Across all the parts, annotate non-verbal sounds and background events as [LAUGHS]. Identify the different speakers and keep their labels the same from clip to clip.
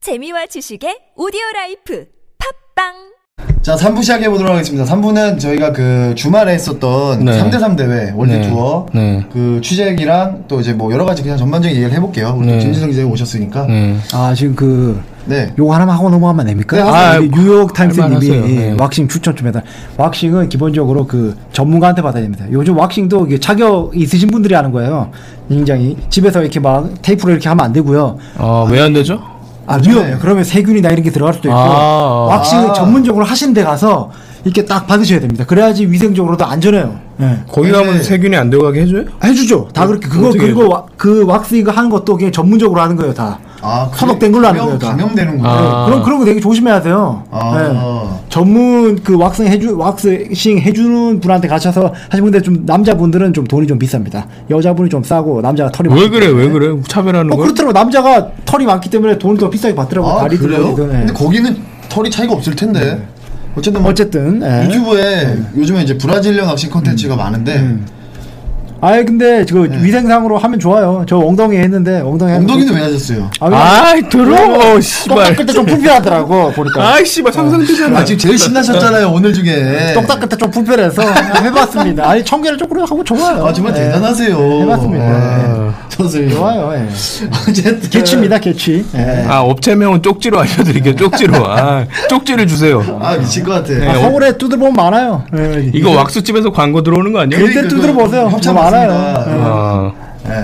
Speaker 1: 재미와 지식의 오디오 라이프 팝빵
Speaker 2: 자, 3부 시작해 보도록 하겠습니다. 3부는 저희가 그 주말에 했었던
Speaker 3: 네.
Speaker 2: 3대3 대회 월드
Speaker 3: 네.
Speaker 2: 투어
Speaker 3: 네.
Speaker 2: 그 취재기랑 또 이제 뭐 여러 가지 그냥 전반적인 얘기를 해볼게요. 우리
Speaker 3: 네.
Speaker 2: 김진성 기자님 오셨으니까. 네.
Speaker 3: 네.
Speaker 4: 아 지금 그 요거 하나만 하고 넘어가면 안 됩니까?
Speaker 2: 네,
Speaker 3: 하세요.
Speaker 4: 우리 뉴욕 타임스님이
Speaker 3: 할만하세요.
Speaker 4: 예,
Speaker 3: 네.
Speaker 4: 왁싱 추천 좀 해달. 왁싱은 기본적으로 그 전문가한테 받아야 됩니다. 요즘 왁싱도 이게 자격 있으신 분들이 하는 거예요. 굉장히 집에서 이렇게 막 테이프로 이렇게 하면 안 되고요.
Speaker 3: 아, 왜 안 되죠? 네.
Speaker 4: 아
Speaker 2: 그렇죠.
Speaker 4: 위험해요. 그러면 세균이나 이런 게 들어갈 수도 있고
Speaker 3: 아.
Speaker 4: 왁싱을
Speaker 2: 아.
Speaker 4: 전문적으로 하시는 데 가서 이렇게 딱 받으셔야 됩니다. 그래야지 위생적으로도 안전해요. 예.
Speaker 3: 거기
Speaker 2: 네.
Speaker 3: 가면 세균이 안 들어가게 해줘요?
Speaker 4: 해주죠. 다 그렇게 그거
Speaker 3: 어떻게
Speaker 4: 그리고
Speaker 3: 해요?
Speaker 4: 와- 그 왁스 이거 하는 것도 그냥 전문적으로 하는 거예요. 다
Speaker 2: 아, 그게
Speaker 4: 소독된 걸로 하는 거예요.
Speaker 2: 감염-
Speaker 4: 다.
Speaker 2: 감염되는구나.
Speaker 3: 아.
Speaker 4: 네, 그런 그런 거 되게 조심해야 돼요.
Speaker 2: 아.
Speaker 4: 네. 전문 그 왁싱 해주 왁싱 해주는 분한테 가셔서 하시는 분들 좀 남자분들은 좀 돈이 좀 비쌉니다. 여자분이 좀 싸고 남자가 털이
Speaker 3: 왜
Speaker 4: 많기
Speaker 3: 그래, 왜
Speaker 4: 때문에.
Speaker 3: 그래? 차별하는
Speaker 4: 어
Speaker 3: 거야?
Speaker 4: 그렇더라고 남자가 털이 많기 때문에 돈을 더 비싸게 받더라고
Speaker 2: 아,
Speaker 4: 요 다리
Speaker 2: 그래요?
Speaker 4: 도 네.
Speaker 2: 근데 거기는 털이 차이가 없을 텐데. 어쨌든 뭐
Speaker 4: 어쨌든 예.
Speaker 2: 유튜브에 요즘에 이제 브라질리언 낚시
Speaker 4: 음.
Speaker 2: 콘텐츠가 많은데
Speaker 4: 아예 근데 그 위생상으로 하면 좋아요. 저 엉덩이 했는데 엉덩이 하면
Speaker 2: 네. 엉덩이는
Speaker 4: 좀-
Speaker 2: 왜 하셨어요?
Speaker 4: 아, 왜-
Speaker 3: 아이,
Speaker 2: 어,
Speaker 3: 더러워,
Speaker 4: 똑
Speaker 3: 씨발.
Speaker 4: 닦을 때 좀 불편하더라고 보니까.
Speaker 3: 아이, 씨발, 상상되잖아.
Speaker 2: 아, 지금 제일 신나셨잖아요, 오늘 중에.
Speaker 4: 똑딱 그때 좀 불편해서 해봤습니다. 아니 청결을 조금 하고 좋아요.
Speaker 2: 아, 정말
Speaker 4: 예.
Speaker 2: 대단하세요.
Speaker 4: 해봤습니다.
Speaker 2: 네. 선생님.
Speaker 4: 좋아요. 예.
Speaker 2: 어쨌든.
Speaker 4: 개취입니다, 개취. 예.
Speaker 3: 아, 업체명은 쪽지로 알려드릴게요, 쪽지로. 아, 쪽지를 주세요.
Speaker 2: 아, 미친 것 같아.
Speaker 4: 아, 서울에 두드려보면 많아요.
Speaker 2: 네,
Speaker 4: 예.
Speaker 3: 이거 왁스집에서 광고 들어오는 거 아니에요?
Speaker 4: 그때 두드려보세요.
Speaker 2: 협찬
Speaker 4: 뭐
Speaker 2: 많아요.
Speaker 4: 알아요.
Speaker 3: 아,
Speaker 2: 네.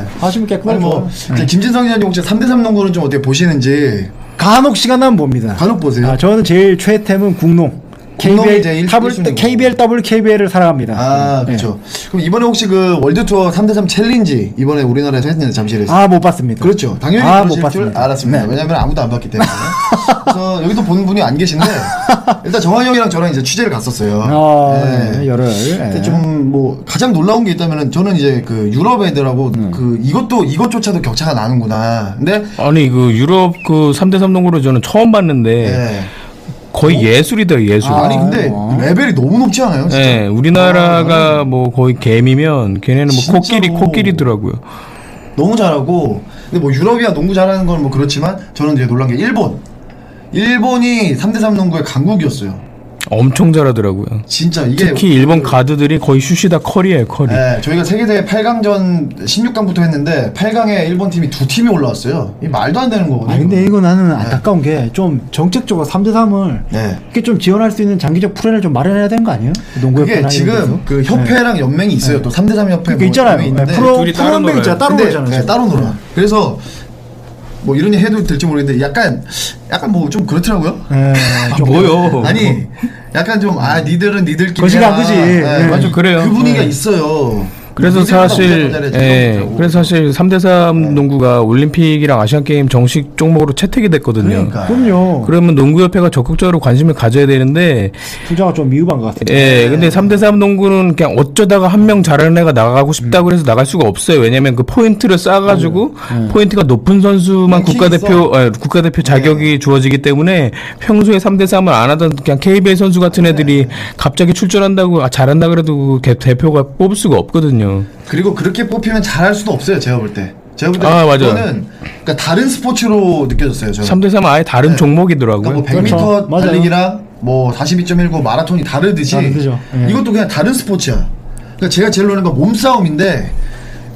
Speaker 2: 아니
Speaker 4: 하시면 깨끗하고.
Speaker 2: 뭐
Speaker 4: 좋아요.
Speaker 2: 자, 김진성 기자님 혹시 3대3 농구는 좀 어떻게 보시는지
Speaker 4: 간혹 시간 나면 봅니다.
Speaker 2: 간혹 보세요.
Speaker 4: 아, 저는 제일 최애템은 국농.
Speaker 2: 국농이
Speaker 4: KBL,
Speaker 2: 제일 일순위고.
Speaker 4: 더블, KBL, 더블 KBL을 사랑합니다.
Speaker 2: 아
Speaker 4: 예.
Speaker 2: 그렇죠. 그럼 이번에 혹시 그 월드 투어 3대3 챌린지 이번에 우리나라에서 했는데 잠실에서
Speaker 4: 아, 못 봤습니다.
Speaker 2: 그렇죠. 당연히
Speaker 4: 아,
Speaker 2: 그러실
Speaker 4: 못
Speaker 2: 줄
Speaker 4: 봤습니다. 네.
Speaker 2: 알았습니다. 왜냐면 아무도 안 봤기 때문에. 그래서 여기도 본 분이 안
Speaker 4: [LAUGHS]
Speaker 2: 계신데 일단 정환 형이랑 저랑 이제 취재를 갔었어요.
Speaker 4: 아,
Speaker 2: 네.
Speaker 4: 예, 열흘.
Speaker 2: 근데
Speaker 4: 예.
Speaker 2: 좀 뭐 가장 놀라운 게 있다면은 저는 이제 그 유럽 애들하고
Speaker 4: 음.
Speaker 2: 그 이것도 이것조차도 격차가 나는구나. 근데
Speaker 3: 아니, 그 유럽 그 3대3 농구를 저는 처음
Speaker 4: 네.
Speaker 3: 봤는데
Speaker 2: 예.
Speaker 3: 거의 예술이다, 예술.
Speaker 2: 아, 니 근데
Speaker 4: 어.
Speaker 2: 레벨이 너무 높지 않아요? 진짜?
Speaker 4: 네.
Speaker 2: 아.
Speaker 3: 예, 우리나라가 뭐 거의 개미면 걔네는 뭐 코끼리,
Speaker 2: 진짜로.
Speaker 3: 코끼리더라고요.
Speaker 2: 너무 잘하고 근데 뭐 유럽이야 농구 잘하는 건 뭐 그렇지만 저는 이제 놀란 게 일본 일본이 3대3 농구의 강국이었어요
Speaker 3: 엄청 잘하더라고요.
Speaker 2: 진짜 이게
Speaker 3: 특히 일본 가드들이 거의 슛이 다 커리예요, 커리.
Speaker 2: 예, 저희가 세계대회 8강전 16강부터 했는데 8강에 일본 팀이 두 팀이 올라왔어요 이게 말도 안 되는 거거든요
Speaker 4: 아, 근데 이거 나는 안타까운 게 좀 정책적으로 3대3을
Speaker 2: 네.
Speaker 4: 이렇게 좀 지원할 수 있는 장기적 프레임을 좀 마련해야 되는 거 아니에요? 농구협회
Speaker 2: 그게 지금 그 협회랑 연맹이 있어요 또 3대3 협회 뭐
Speaker 4: 그 있잖아요. 네, 프로
Speaker 3: 둘이 따로
Speaker 4: 프로 연맹 있잖아. 따로
Speaker 2: 근데,
Speaker 4: 놀잖아요.
Speaker 2: 네, 따로 놀아 그래서 뭐 이런 얘기 해도 될지 모르겠는데 약간 약간 뭐 좀 그렇더라고요
Speaker 4: 예. 좀
Speaker 3: 뭐요?
Speaker 2: 아니 약간 좀 아 니들은 니들끼리
Speaker 4: 거시기한
Speaker 2: 해라.
Speaker 4: 거지.
Speaker 2: 예,
Speaker 4: 네.
Speaker 3: 맞아, 그래요.
Speaker 2: 그 분위기가
Speaker 3: 네.
Speaker 2: 있어요
Speaker 3: 그래서
Speaker 2: 우리보다
Speaker 3: 사실
Speaker 2: 우리가 더 잘해,
Speaker 3: 예,
Speaker 2: 잘하고.
Speaker 3: 그래서 사실 3대3
Speaker 2: 네.
Speaker 3: 농구가 올림픽이랑 아시안 게임 정식 종목으로 채택이 됐거든요.
Speaker 2: 그러니까
Speaker 4: 그럼요.
Speaker 3: 러면 농구 협회가 적극적으로 관심을 가져야 되는데
Speaker 4: 투자가 좀 미흡한 것 같습니다.
Speaker 2: 네.
Speaker 3: 예, 근데 3대3 농구는 그냥 어쩌다가 한 명 잘하는 애가 나가고
Speaker 2: 음.
Speaker 3: 싶다 그래서 나갈 수가 없어요. 왜냐면 그 포인트를 쌓아가지고
Speaker 2: 음.
Speaker 3: 포인트가 높은 선수만
Speaker 2: 그냥 킥
Speaker 3: 국가대표, 예,
Speaker 2: 네.
Speaker 3: 국가대표 자격이 주어지기 때문에 평소에 3대3을 안 하던 그냥 KBL 선수 같은
Speaker 2: 네.
Speaker 3: 애들이 갑자기 출전한다고, 아, 잘한다 그래도 그 개- 대표가 뽑을 수가 없거든요.
Speaker 2: 그리고 그렇게 뽑히면 잘할 수도 없어요 제가 볼때 제가 볼때
Speaker 3: 아, 맞아요.
Speaker 2: 는 그러니까 다른 스포츠로 느껴졌어요 저는
Speaker 3: 3대3은 아예 다른 종목이더라고요.
Speaker 2: 네. 그러니까 뭐 100m
Speaker 4: 그렇죠. 맞아요.
Speaker 2: 달리기랑 뭐 42.19 마라톤이 다르듯이
Speaker 4: 다르죠. 예.
Speaker 2: 이것도 그냥 다른 스포츠야 그러니까 제가 제일 노는 건 몸싸움인데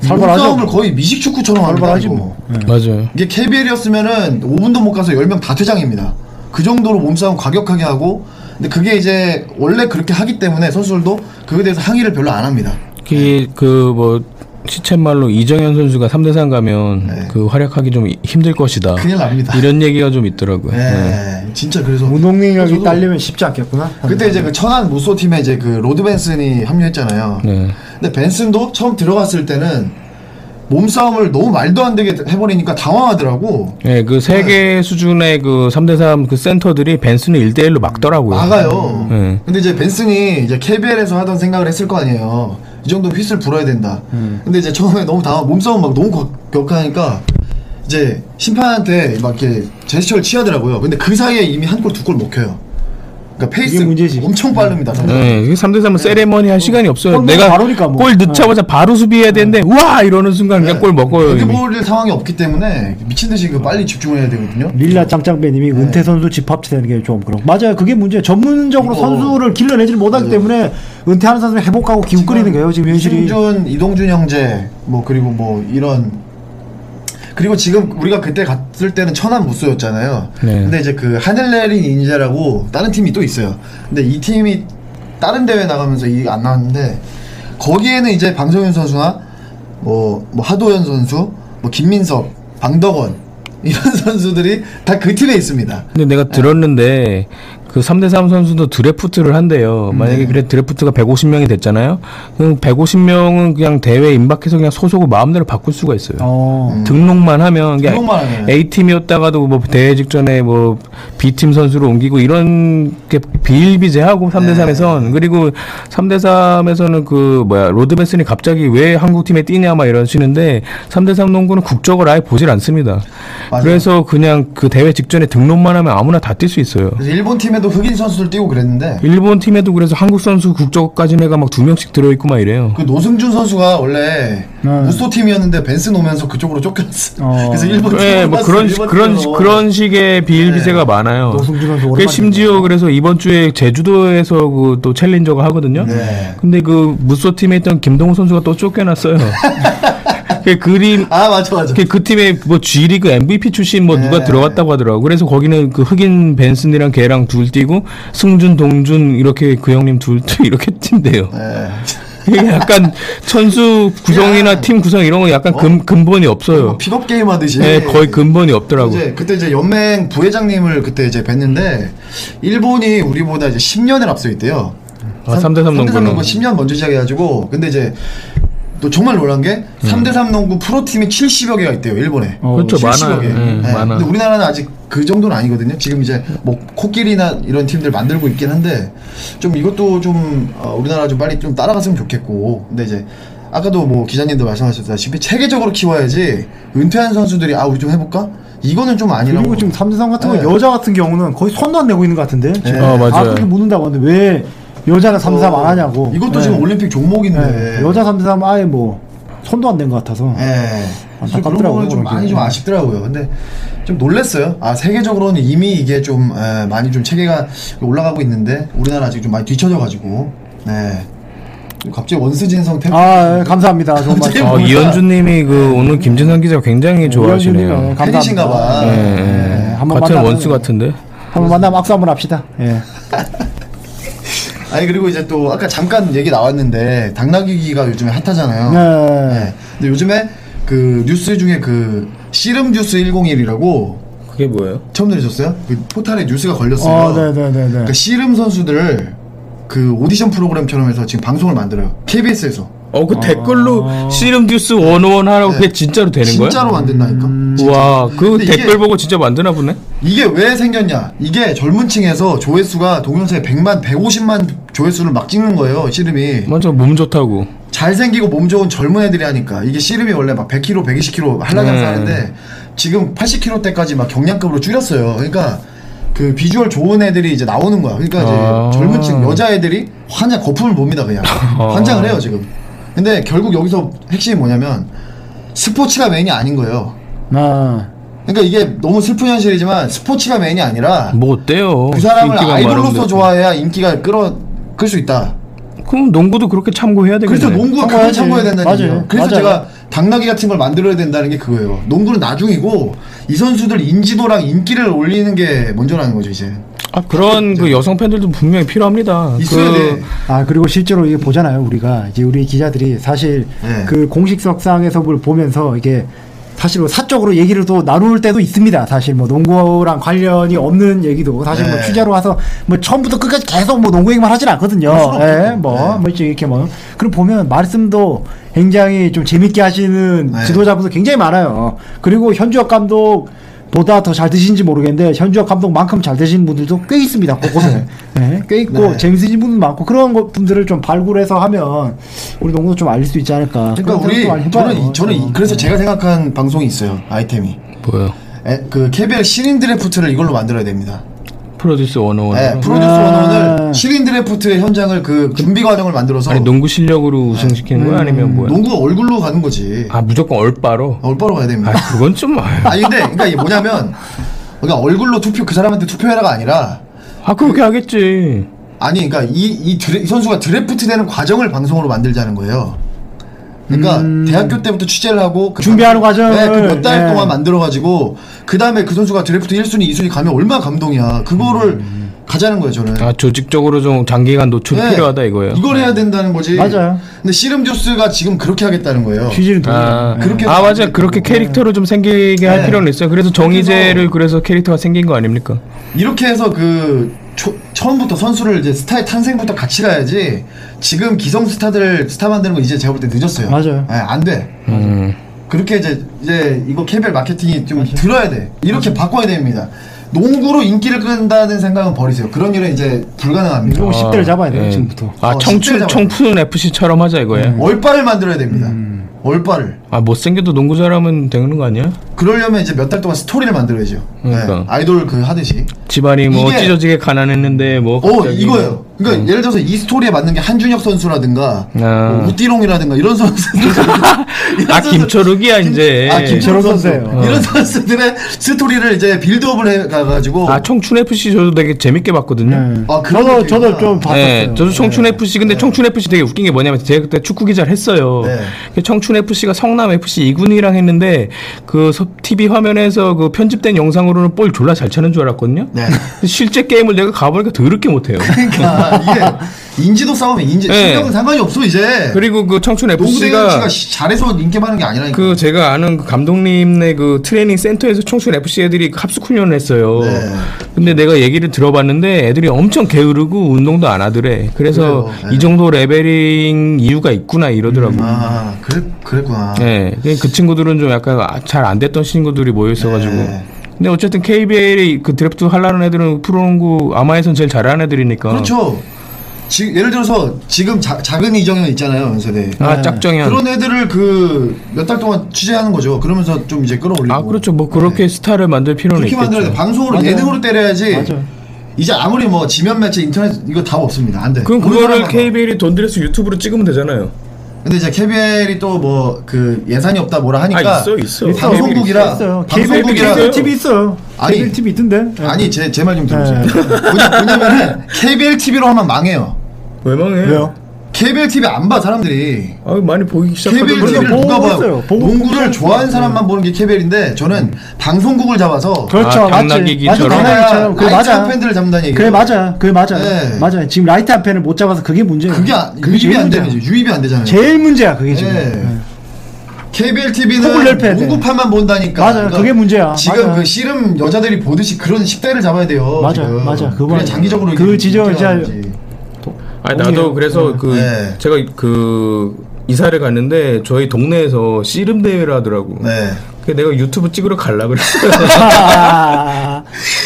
Speaker 2: 이
Speaker 4: 살벌하죠.
Speaker 2: 몸싸움을 거의 미식축구처럼 합니다
Speaker 4: 살벌하지
Speaker 2: 이거.
Speaker 4: 뭐.
Speaker 3: 네. 맞아요.
Speaker 2: 이게 KBL이었으면은 5분도 못 가서 10명 다 퇴장입니다. 그 정도로 몸싸움 과격하게 하고 근데 그게 이제 원래 그렇게 하기 때문에 선수들도 그거에 대해서 항의를 별로 안 합니다. 네.
Speaker 3: 특히 그 그뭐 시쳇말로 이정현 선수가 3대3 가면
Speaker 2: 네.
Speaker 3: 그 활약하기 좀 힘들 것이다.
Speaker 2: 큰일 납니다.
Speaker 3: 이런 얘기가 좀 있더라고요.
Speaker 2: 네,
Speaker 3: 네.
Speaker 2: 진짜 그래서
Speaker 4: 음, 운동능력이
Speaker 2: 저도
Speaker 4: 딸리면 쉽지 않겠구나.
Speaker 2: 그때 이제 그 천안 무소 팀에 이제 그 로드 벤슨이 합류했잖아요.
Speaker 3: 네.
Speaker 2: 근데 벤슨도 처음 들어갔을 때는 몸싸움을 너무 말도 안 되게 해버리니까 당황하더라고.
Speaker 3: 예,
Speaker 4: 네.
Speaker 3: 그 세계 수준의 그 3대3 그 센터들이 벤슨을 1대1로 막더라고요.
Speaker 2: 막아요.
Speaker 3: 네.
Speaker 2: 근데 이제 벤슨이 이제 KBL에서 하던 생각을 했을 거 아니에요. 이 정도 휘슬 불어야 된다. 근데 이제 처음에 너무 당황, 몸싸움 막 너무 격- 격하니까 이제 심판한테 막 이렇게 제스처를 취하더라고요. 근데 그 사이에 이미 한 골 두 골 먹혀요. 그러니까 페이스
Speaker 4: 그게 문제지.
Speaker 2: 엄청 빠릅니다. 정말.
Speaker 3: 네, 3대 3은 세레머니 할 시간이 없어요.
Speaker 4: 골
Speaker 3: 내가
Speaker 4: 바로니까 뭐. 네.
Speaker 3: 골 넣자마자 바로 수비해야 되는데 우와 이러는 순간 그냥 골 먹어요.
Speaker 2: 그렇게
Speaker 3: 이미.
Speaker 4: 뭐-
Speaker 2: 볼 상황이 없기 때문에 미친 듯이 그 빨리 집중을 해야 되거든요.
Speaker 4: 릴라
Speaker 3: 네.
Speaker 4: 짱짱배님이 은퇴 선수 집합체되는 게 좀 그렇고 맞아요 그게 문제 예요 전문적으로
Speaker 2: 이거- 네.
Speaker 4: 선수를 길러내지를 못하기 때문에 은퇴하는 선수를 회복하고 기웃거리는 거예요 지금 현실이
Speaker 2: 이준준, 이동준 형제 뭐 그리고 뭐 이런 그리고 지금 우리가 그때 갔을 때는 천안 무쏘였잖아요.
Speaker 3: 네.
Speaker 2: 근데 이제 그 하늘내린 인재라고 다른 팀이 또 있어요. 근데 이 팀이 다른 대회 나가면서 이게 안 나왔는데 거기에는 이제 방성현 선수나 뭐, 뭐 하도현 선수, 뭐 김민섭, 방덕원 이런 [LAUGHS] 선수들이 다 그 팀에 있습니다.
Speaker 3: 근데
Speaker 4: 네.
Speaker 3: 내가 들었는데 그 3대 3 선수도 드래프트를 한대요. 만약에
Speaker 4: 네.
Speaker 3: 그래 드래프트가 150명이 됐잖아요. 그럼 150명은 그냥 대회 임박해서 그냥 소속을 마음대로 바꿀 수가 있어요.
Speaker 4: 어.
Speaker 3: 등록만 하면 이게
Speaker 2: 음. 등록만 하면.
Speaker 3: A 팀이었다가도 뭐 대회 직전에 뭐 B 팀 선수로 옮기고 이런 게
Speaker 2: 네.
Speaker 3: 비일비재하고 3대 3에선 그리고 3대 3에서는 그 뭐야 로드베슨이 갑자기 왜 한국 팀에 뛰냐 막 이러시는데 3대 3 농구는 국적을 아예 보질 않습니다.
Speaker 2: 맞아요.
Speaker 3: 그래서 그냥 그 대회 직전에 등록만 하면 아무나 다 뛸 수 있어요.
Speaker 2: 그래서 일본 팀에도 흑인 선수들 뛰고 그랬는데
Speaker 3: 일본 팀에도 그래서 한국 선수 국적까지 내가 막 두 명씩 들어있고 막 이래요.
Speaker 2: 그 노승준 선수가 원래
Speaker 4: 네.
Speaker 2: 우소 팀이었는데 벤슨 오면서 그쪽으로 쫓겼어.
Speaker 4: 어.
Speaker 2: [LAUGHS] 그래서 일본
Speaker 3: 예,
Speaker 2: 팀으로
Speaker 3: 뭐
Speaker 2: 갔어,
Speaker 3: 그런
Speaker 2: 일본 네.
Speaker 3: 그런
Speaker 2: 팀으로.
Speaker 3: 그런 식의 비일비재가 많아요.
Speaker 4: 노승준 선수
Speaker 3: 그
Speaker 4: 오랜만에
Speaker 3: 심지어 그래서 이번 주에 제주도에서 그 또 챌린저가 하거든요.
Speaker 2: 네.
Speaker 3: 근데 그 무소 팀에 있던 김동호 선수가 또
Speaker 2: [LAUGHS]
Speaker 3: 쫓겨났어요. 그 그림
Speaker 2: 아 맞아 맞아.
Speaker 3: 그, 그 팀에 뭐 G리그 MVP 출신 뭐 누가
Speaker 2: 네.
Speaker 3: 들어갔다고 하더라고. 그래서 거기는 그 흑인 벤슨이랑 걔랑 둘 뛰고 승준 동준 이렇게 그 형님 둘 [LAUGHS] 이렇게 팀대요.
Speaker 2: 네.
Speaker 3: 이게 약간 천수 구성이나 팀 구성 이런 거 약간
Speaker 2: 어.
Speaker 3: 근, 근본이 없어요.
Speaker 2: 픽업 게임 하듯이.
Speaker 3: 예, 거의 근본이 없더라고.
Speaker 2: 이제 그때 이제 연맹 부회장님을 그때 이제 뵀는데 일본이 우리보다 이제 10년을 앞서 있대요.
Speaker 3: 아, 삼대 삼 농구는.
Speaker 2: 10년 먼저 시작해가지고 근데 이제 또 정말 놀란 게 3대3 농구 프로팀이 70여 개가 있대요 일본에
Speaker 3: 음. 그렇죠,
Speaker 2: 70여 개
Speaker 3: 많아요. 음,
Speaker 2: 네.
Speaker 3: 많아.
Speaker 2: 근데 우리나라는 아직 그 정도는 아니거든요 지금 이제 뭐 코끼리나 이런 팀들 만들고 있긴 한데 좀 이것도 좀 어, 우리나라 좀 빨리 좀 따라갔으면 좋겠고 근데 이제 아까도 뭐 기자님도 말씀하셨다시피 체계적으로 키워야지 은퇴한 선수들이 아 우리 좀 해볼까 이거는 좀 아니라고
Speaker 4: 그리고 지금 삼성 같은 거
Speaker 2: 네.
Speaker 4: 여자 같은 경우는 거의 손도 안 내고 있는 것 같은데 지금.
Speaker 3: 아, 맞아요.
Speaker 4: 그렇게 묻는다고 하는데 왜 여자는 3, 3 안 하냐고
Speaker 2: 어, 이것도
Speaker 4: 네.
Speaker 2: 지금 올림픽 종목인데
Speaker 4: 네. 여자 3, 3 아예 뭐 손도 안 낸 것 같아서
Speaker 2: 예. 그래서 그런
Speaker 4: 안타깝더라고요,
Speaker 2: 거는 좀
Speaker 4: 그런
Speaker 2: 많이
Speaker 4: 게.
Speaker 2: 좀 아쉽더라고요. 근데 좀 놀랬어요. 아 세계적으로는 이미 이게 좀 예, 많이 좀 체계가 올라가고 있는데 우리나라 아직 좀 많이 뒤쳐져가지고. 네. 갑자기 원스진성 태풍.
Speaker 4: 아 예, 감사합니다
Speaker 2: [LAUGHS]
Speaker 4: 정말
Speaker 2: 갑자기
Speaker 3: 어,
Speaker 2: 뭐야?
Speaker 3: 이현주님이 그 오늘 김진상 기자 가
Speaker 2: 어,
Speaker 3: 굉장히 좋아하시네요.
Speaker 4: 감사합니다.
Speaker 2: 팬이신가봐.
Speaker 4: 예.
Speaker 3: 예, 예.
Speaker 4: 한번
Speaker 3: 같은
Speaker 4: 만나면-
Speaker 3: 원수 같은데.
Speaker 4: 한번 만나면 악수 한번 합시다 예.
Speaker 2: 아니 그리고 이제 또 아까 잠깐 얘기 나왔는데 당나귀기가 요즘에 핫하잖아요.
Speaker 4: 네.
Speaker 2: 네. 근데 요즘에 그 뉴스 중에 그 씨름 뉴스 101이라고
Speaker 3: 그게 뭐예요?
Speaker 2: 처음 들으셨어요? 그 포탈에 뉴스가 걸렸어요.
Speaker 4: 아, 네네네네.
Speaker 2: 그러니까 씨름 선수들 그 오디션 프로그램처럼 해서 지금 방송을 만들어요. KBS에서.
Speaker 3: 어, 그 댓글로 씨름 듀스 101 하라고 그게 진짜로 되는
Speaker 2: 네. 진짜로
Speaker 3: 거야?
Speaker 2: 만든다니까. 진짜.
Speaker 3: 와, 그
Speaker 2: 근데 이게-
Speaker 3: 댓글 보고 진짜 만드나 보네?
Speaker 2: 이게 왜 생겼냐? 이게 젊은 층에서 조회수가 동영상에 100만, 150만 조회수를 막 찍는 거예요. 씨름이.
Speaker 3: 맞아, 뭐, 몸 좋다고.
Speaker 2: 잘생기고 몸 좋은 젊은 애들이 하니까 이게 씨름이 원래 막 100kg, 120kg 한라장사
Speaker 3: 네.
Speaker 2: 하는데 지금 80kg 때까지 막 경량급으로 줄였어요. 그러니까 그 비주얼 좋은 애들이 이제 나오는 거야. 그러니까 이제
Speaker 3: 아.
Speaker 2: 젊은 층 여자애들이 환장 거품을 봅니다
Speaker 3: [LAUGHS]
Speaker 2: 그냥
Speaker 3: 어.
Speaker 2: 환장을 해요 지금. 근데 결국 여기서 핵심이 뭐냐면 스포츠가 메인이 아닌 거예요.
Speaker 4: 아,
Speaker 2: 그러니까 이게 너무 슬픈 현실이지만 스포츠가 메인이 아니라
Speaker 3: 뭐 어때요?
Speaker 2: 그 사람을
Speaker 3: 인기가
Speaker 2: 아이돌로서
Speaker 3: 많은데.
Speaker 2: 좋아해야 인기가 끌어 끌 수 있다.
Speaker 3: 그럼 농구도 그렇게 참고해야 되겠네.
Speaker 2: 그래서 농구가 그걸
Speaker 4: 참고해야지.
Speaker 2: 참고해야 된다는
Speaker 4: 네. 맞아요.
Speaker 2: 얘기예요. 그래서
Speaker 4: 맞아요.
Speaker 2: 제가 당나귀 같은 걸 만들어야 된다는 게 그거예요. 농구는 나중이고 이 선수들 인지도랑 인기를 올리는 게 먼저라는 거죠 이제.
Speaker 3: 아, 그런 그 여성 팬들도 분명히 필요합니다.
Speaker 2: 네. 있어야
Speaker 3: 그
Speaker 2: 돼.
Speaker 4: 아 그리고 실제로 이게 보잖아요 우리가 이제 우리 기자들이 사실
Speaker 2: 네.
Speaker 4: 그 공식석상에서 뭘 보면서 이게 사실 뭐 사적으로 얘기를 또 나눌 때도 있습니다 사실 뭐 농구랑 관련이 없는 얘기도 사실 뭐
Speaker 2: 네.
Speaker 4: 취재로 와서 뭐 처음부터 끝까지 계속 뭐 농구 얘기만 하진 않거든요
Speaker 2: 그럴 수는 없죠.
Speaker 4: 예, 뭐,
Speaker 2: 네.
Speaker 4: 뭐 이제 이렇게 뭐 그럼 보면 말씀도 굉장히 좀 재밌게 하시는
Speaker 2: 네.
Speaker 4: 지도자분들 굉장히 많아요 그리고 현주혁 감독 보다 더 잘 드시는지 모르겠는데 현주혁 감독만큼 잘 드시는 분들도 꽤 있습니다 곳곳에 네, 꽤 있고
Speaker 2: 네.
Speaker 4: 재밌으신 분도 많고 그런 것 분들을 좀 발굴해서 하면 우리 농구도 좀 알릴 수 있지 않을까.
Speaker 2: 그러니까
Speaker 4: 그런 생각도
Speaker 2: 우리
Speaker 4: 많이 해봐요.
Speaker 2: 저는 이- 저는 이-
Speaker 4: 어.
Speaker 2: 그래서 제가 생각한 방송이 있어요 아이템이
Speaker 3: 뭐요?
Speaker 2: 에, 그 KBL 신인 드래프트를 이걸로 만들어야 됩니다.
Speaker 3: 프로듀스 101으로
Speaker 2: 네, 프로듀스
Speaker 4: 아.
Speaker 2: 원원을 시린 드래프트의 현장을 그 준비 과정을 만들어서
Speaker 3: 아니 농구 실력으로 우승시키는 거야 아니면 뭐야?
Speaker 2: 네. 음, 농구 어. 얼굴로 가는 거지.
Speaker 3: 아 무조건 얼빠로.
Speaker 2: 얼빠로 가야 됩니다.
Speaker 3: 아 그건 좀 아유.
Speaker 2: 아니 근데 그러니까 이게 뭐냐면 그러니까 얼굴로 투표 그 사람한테 투표해라가 아니라
Speaker 3: 아 그렇게 하겠지.
Speaker 2: 아니 그러니까 이, 이 드래- 선수가 드래프트 되는 과정을 방송으로 만들자는 거예요. 그러니까
Speaker 3: 음.
Speaker 2: 대학교 때부터 취재를 하고 그
Speaker 4: 준비하는
Speaker 2: 방-
Speaker 4: 과정을.
Speaker 2: 네, 그 몇 달
Speaker 3: 예.
Speaker 4: 네.
Speaker 2: 동안 만들어 가지고 그다음에 그 선수가 드래프트 1순위, 2순위 가면 얼마나 감동이야. 그거를 가자는 거예요, 저는.
Speaker 3: 아 조직적으로 좀 장기간 노출이
Speaker 2: 네,
Speaker 3: 필요하다 이거예요.
Speaker 2: 이걸 해야 된다는 거지.
Speaker 4: 맞아요.
Speaker 2: 근데 씨름 주스가 지금 그렇게 하겠다는 거예요.
Speaker 4: 취지는
Speaker 3: 아,
Speaker 2: 그렇게
Speaker 3: 아
Speaker 2: 해서
Speaker 3: 맞아
Speaker 2: 만드는
Speaker 3: 그렇게
Speaker 2: 거고.
Speaker 3: 캐릭터로 좀 생기게 할
Speaker 2: 네.
Speaker 3: 필요는 있어요. 그래서 정의제를 그래서 캐릭터가 생긴 거 아닙니까?
Speaker 2: 이렇게 해서 그 초- 처음부터 선수를 이제 스타의 탄생부터 같이 가야지 지금 기성 스타들 스타 만드는 거 이제 제가 볼 때 늦었어요.
Speaker 4: 맞아요.
Speaker 2: 예, 안 돼.
Speaker 3: 음.
Speaker 2: 그렇게 이제 이제 이거 캐별 마케팅이 좀 들어야 돼. 이렇게 바꿔야 됩니다. 농구로 인기를 끈다는 생각은 버리세요. 그런 일은 이제 불가능합니다.
Speaker 4: 이거 10대를 잡아야 돼요
Speaker 3: 예.
Speaker 4: 지금부터.
Speaker 3: 아
Speaker 2: 어,
Speaker 3: 청춘
Speaker 2: 10대를 잡아야 음.
Speaker 3: 청춘 FC처럼 하자 이거예요.
Speaker 2: 얼빠를 만들어야 됩니다.
Speaker 4: 음.
Speaker 2: 얼빠를.
Speaker 3: 아 못생겨도 농구 잘하면 되는 거 아니야?
Speaker 2: 그러려면 이제 몇 달 동안 스토리를 만들어야죠. 예,
Speaker 3: 그러니까.
Speaker 2: 아이돌 그 하듯이.
Speaker 3: 집안이 뭐
Speaker 2: 이게-
Speaker 3: 찢어지게 가난했는데 뭐
Speaker 2: 어
Speaker 3: 갑자기
Speaker 2: 이거예요. 그러니까 예를 들어서 이 스토리에 맞는 게 한준혁 선수라든가
Speaker 3: 네. 아.
Speaker 2: 뭐 우띠롱이라든가 이런 선수들 이런
Speaker 3: 아
Speaker 2: 선수들-
Speaker 3: 김철욱이야 [LAUGHS] 이제 어.
Speaker 2: 아 김철욱
Speaker 4: 김철욱
Speaker 2: 선수
Speaker 4: 선수예요.
Speaker 2: 이런 선수들의 스토리를 이제 빌드업을 해 가가지고
Speaker 3: 아 청춘 FC 저도 되게 재밌게 봤거든요.
Speaker 4: 예.
Speaker 2: 아, 그런
Speaker 4: 저도
Speaker 2: 느낌이구나.
Speaker 4: 저도 좀 봤었어요.
Speaker 3: 네, 저도 청춘 FC 근데 청춘 FC 되게 웃긴 게 뭐냐면 제가 그때 축구 기자를 했어요.
Speaker 2: 네.
Speaker 3: 그 청춘 FC가 성남 FC 2군이랑 했는데 그 서- TV 화면에서 그 편집된 영상으로는 볼 졸라 잘 차는 줄 알았거든요.
Speaker 2: 네.
Speaker 3: 근데 실제 게임을 내가 가보니까 더럽게 못해요.
Speaker 2: 그러니까 이게 인지도 싸움이 인지
Speaker 3: 네.
Speaker 2: 실력은 상관이 없어 이제
Speaker 3: 그리고 그 청춘
Speaker 2: 농구 대회가
Speaker 3: FC가
Speaker 2: 잘해서 인기 많은 게 아니라니까
Speaker 3: 그 제가 아는 그 감독님네 그 트레이닝 센터에서 청춘 FC 애들이 그 합숙 훈련을 했어요.
Speaker 2: 네.
Speaker 3: 근데 내가 얘기를 들어봤는데 애들이 엄청 게으르고 운동도 안 하더래. 그래서
Speaker 2: 그래요. 네.
Speaker 3: 이 정도 레벨인 이유가 있구나 이러더라고. 요
Speaker 2: 아 그래 그랬구나
Speaker 3: 예. 네, 그 친구들은 좀 약간 잘 안 됐던 친구들이 모여 있어가지고.
Speaker 2: 네.
Speaker 3: 근데 어쨌든 KBL이 그 드래프트 하려는 애들은 프로농구 아마에선 제일 잘하는 애들이니까.
Speaker 2: 그렇죠. 지, 예를 들어서 지금 자- 작은 이정현 있잖아요 연세대
Speaker 3: 아
Speaker 2: 네.
Speaker 3: 짝정현.
Speaker 2: 그런 애들을 그 몇 달 동안 취재하는 거죠. 그러면서 좀 이제 끌어올리고. 네.
Speaker 3: 아 그렇죠. 뭐 그렇게 스타를 만들 필요는
Speaker 2: 그렇게 만들어야
Speaker 3: 있겠죠.
Speaker 2: 돼. 방송으로
Speaker 4: 맞아요.
Speaker 2: 예능으로 때려야지.
Speaker 4: 맞아요.
Speaker 2: 이제 아무리 뭐 지면 매체 인터넷 이거 다 없습니다. 안 돼.
Speaker 3: 그럼
Speaker 2: 보는
Speaker 3: 그거를
Speaker 2: 사람만 봐.
Speaker 3: KBL이 돈 들여서 유튜브로 찍으면 되잖아요.
Speaker 2: 근데 이제 KBL이 또 뭐 그 예산이 없다 뭐라 하니까
Speaker 3: 아, 있어, 있어.
Speaker 2: 방송국이라
Speaker 4: 있어요.
Speaker 2: 방송국이라
Speaker 4: KBL TV 있어요.
Speaker 2: 아니.
Speaker 4: KBL TV 있던데. 예.
Speaker 2: 아니 제 제 말 좀 들어보세요.
Speaker 4: 네.
Speaker 2: 뭐냐- 뭐냐면은 KBL TV로 하면 망해요.
Speaker 3: 왜 망해?
Speaker 4: 왜요?
Speaker 2: KBL TV 안 봐 사람들이.
Speaker 3: 아 많이 보기 시작하다
Speaker 2: KBL TV를
Speaker 3: 보니까
Speaker 4: 보고
Speaker 2: 누가 봐요?
Speaker 4: 있어요. 보고
Speaker 2: 농구를
Speaker 4: 있어요.
Speaker 2: 좋아하는 사람만 보는 게 KBL인데 저는 방송국을 잡아서
Speaker 4: 그렇죠.
Speaker 3: 아,
Speaker 4: 맞지. 맞아.
Speaker 3: 당나귀기처럼.
Speaker 4: 당나귀처럼. 그게
Speaker 2: 라이트
Speaker 4: 맞아.
Speaker 2: 한 팬들을 잡는다는 얘기예요.
Speaker 4: 그래 맞아. 그래 맞아.
Speaker 2: 네.
Speaker 4: 맞아. 지금 라이트 한 팬을 못 잡아서 그게 문제예요.
Speaker 2: 그게 아-
Speaker 4: 제일
Speaker 2: 유입이 안
Speaker 4: 문제야.
Speaker 2: 되는 거죠. 유입이 안 되잖아요.
Speaker 4: 제일 문제야 그게 지금.
Speaker 2: 네.
Speaker 4: 네.
Speaker 2: KBL
Speaker 4: 폭을 넓혀야
Speaker 2: TV는
Speaker 4: 돼.
Speaker 2: 농구판만 본다니까. 그러니까
Speaker 4: 맞아요. 그게 문제야.
Speaker 2: 지금
Speaker 4: 맞아요.
Speaker 2: 그 씨름 여자들이 보듯이 그런 식대를 잡아야 돼요.
Speaker 4: 맞아,
Speaker 2: 지금.
Speaker 4: 맞아. 그거
Speaker 2: 그래
Speaker 4: 맞아.
Speaker 2: 장기적으로
Speaker 4: 그
Speaker 2: 이렇게
Speaker 4: 지점을
Speaker 2: 이렇게
Speaker 4: 진짜-
Speaker 2: 하는지.
Speaker 3: 아니 나도 그래서 그
Speaker 2: 네.
Speaker 3: 제가 그 이사를 갔는데 저희 동네에서 씨름 대회를 하더라고.
Speaker 2: 네.
Speaker 3: 그 내가 유튜브 찍으러 갈라 그랬어.
Speaker 2: [LAUGHS]
Speaker 4: 아,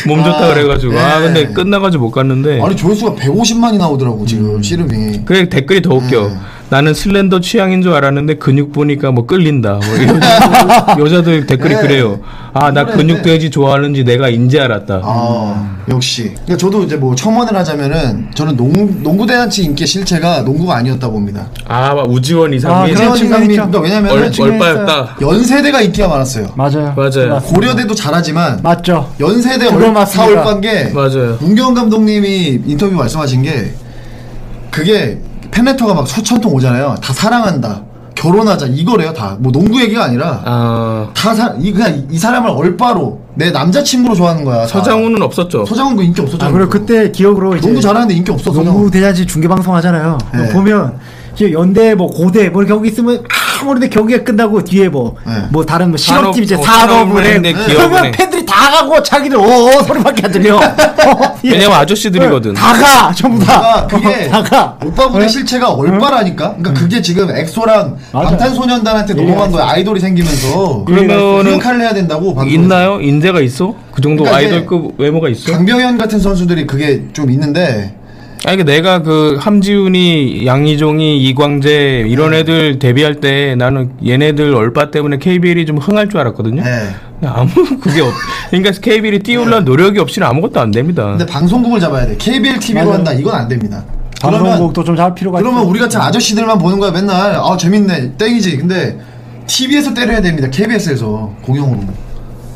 Speaker 3: 몸 좋다
Speaker 2: 아,
Speaker 3: 그래가지고 아
Speaker 2: 네.
Speaker 3: 근데 끝나가지고 못 갔는데
Speaker 2: 아니 조회수가 150만이 나오더라고 지금
Speaker 4: 음.
Speaker 2: 씨름이.
Speaker 3: 그래 댓글이 더 웃겨.
Speaker 2: 음.
Speaker 3: 나는 슬렌더 취향인 줄 알았는데 근육 보니까 뭐 끌린다. 뭐
Speaker 2: [LAUGHS]
Speaker 3: 이런 식으로 여자들 댓글이
Speaker 2: 네.
Speaker 3: 그래요. 아 나 근육 돼지 좋아하는지 내가 인제 알았다.
Speaker 2: 아
Speaker 4: 음.
Speaker 2: 역시. 그러니까 저도 이제 뭐 첨언을 하자면은 저는 농구 농구 대잔치 인기 실체가 농구가 아니었다 봅니다.
Speaker 3: 아 우지원
Speaker 4: 아,
Speaker 3: 이상민
Speaker 4: 그런
Speaker 2: 이재원
Speaker 4: 측면이
Speaker 2: 이상민,
Speaker 4: 있죠.
Speaker 2: 그러니까 왜냐면
Speaker 3: 얼,
Speaker 2: 은
Speaker 4: 측면에서-
Speaker 3: 얼빠였다.
Speaker 2: 연세대가 인기가 많았어요.
Speaker 4: 맞아요.
Speaker 3: 맞아요.
Speaker 4: 맞-
Speaker 2: 고려대도 잘하지만
Speaker 4: 맞죠.
Speaker 2: 연세대
Speaker 4: 그거
Speaker 2: 얼, 사
Speaker 4: 맞습니다.
Speaker 2: 올반 게
Speaker 3: 맞아요.
Speaker 2: 문경 감독님이 인터뷰 말씀하신 게 그게 팬레터가 막 수천 통 오잖아요. 다 사랑한다, 결혼하자 이거래요 다. 뭐 농구 얘기가 아니라
Speaker 3: 아
Speaker 2: 다 사, 이 그냥 이 사람을 얼빠로 내 남자친구로 좋아하는 거야. 다.
Speaker 3: 서장훈은 없었죠.
Speaker 2: 서장훈 그 인기 없었잖아.
Speaker 4: 아, 그리고 그때 기억으로 이제
Speaker 2: 농구 잘하는데 인기 없어.
Speaker 4: 농구
Speaker 2: 서장훈.
Speaker 4: 대잔치 중계 방송 하잖아요.
Speaker 2: 네.
Speaker 4: 보면 이제 연대 뭐 고대 뭐 이렇게 하고 있으면 아무래도 경기가 끝나고 뒤에 뭐 뭐
Speaker 2: 네.
Speaker 4: 다른 뭐
Speaker 3: 산업,
Speaker 4: 실업팀 이제
Speaker 3: 어,
Speaker 4: 산업은행
Speaker 3: 산업은행, 네,
Speaker 4: 그러면
Speaker 3: 기업은행.
Speaker 4: 팬들이 다 가고 자기들 오오 소리밖에
Speaker 2: [LAUGHS]
Speaker 4: 안 들려. 어, 예.
Speaker 3: 왜냐면 아저씨들이거든.
Speaker 4: 다가 전부 다.
Speaker 2: 아, 그게
Speaker 4: 어, 다가.
Speaker 2: 오빠분의 실체가 얼빠라니까. 그러니까 그게 지금 엑소랑
Speaker 4: 맞아요. 예,
Speaker 2: 방탄소년단한테 넘어간 거야. 아이돌이 생기면서
Speaker 3: 그러면은
Speaker 2: 그 역할을 해야 된다고. 방금.
Speaker 3: 있나요? 인재가 있어? 그 정도
Speaker 2: 그러니까 이제
Speaker 3: 아이돌급 외모가 있어?
Speaker 2: 강병현 같은 선수들이 그게 좀 있는데
Speaker 3: 아니, 그 내가 그 함지훈이, 양희종이, 이광재 이런
Speaker 2: 네.
Speaker 3: 애들 데뷔할 때 나는 얘네들 얼빠 때문에 KBL이 좀 흥할 줄 알았거든요.
Speaker 2: 네.
Speaker 3: 근데 아무 [LAUGHS] 그게 없. 그러니까 KBL이 띄우려는 노력이 없이는 아무것도 안 됩니다.
Speaker 2: 근데 방송국을 잡아야 돼. KBL TV로
Speaker 4: 맞아요.
Speaker 2: 한다. 이건 안 됩니다. 그러면
Speaker 4: 방송국도 좀 잘 필요가
Speaker 2: 그러면
Speaker 4: 있고.
Speaker 2: 우리 같은 아저씨들만 보는 거야 맨날. 아 재밌네. 땡이지. 근데 TV에서 때려야 됩니다. KBS에서 공용으로.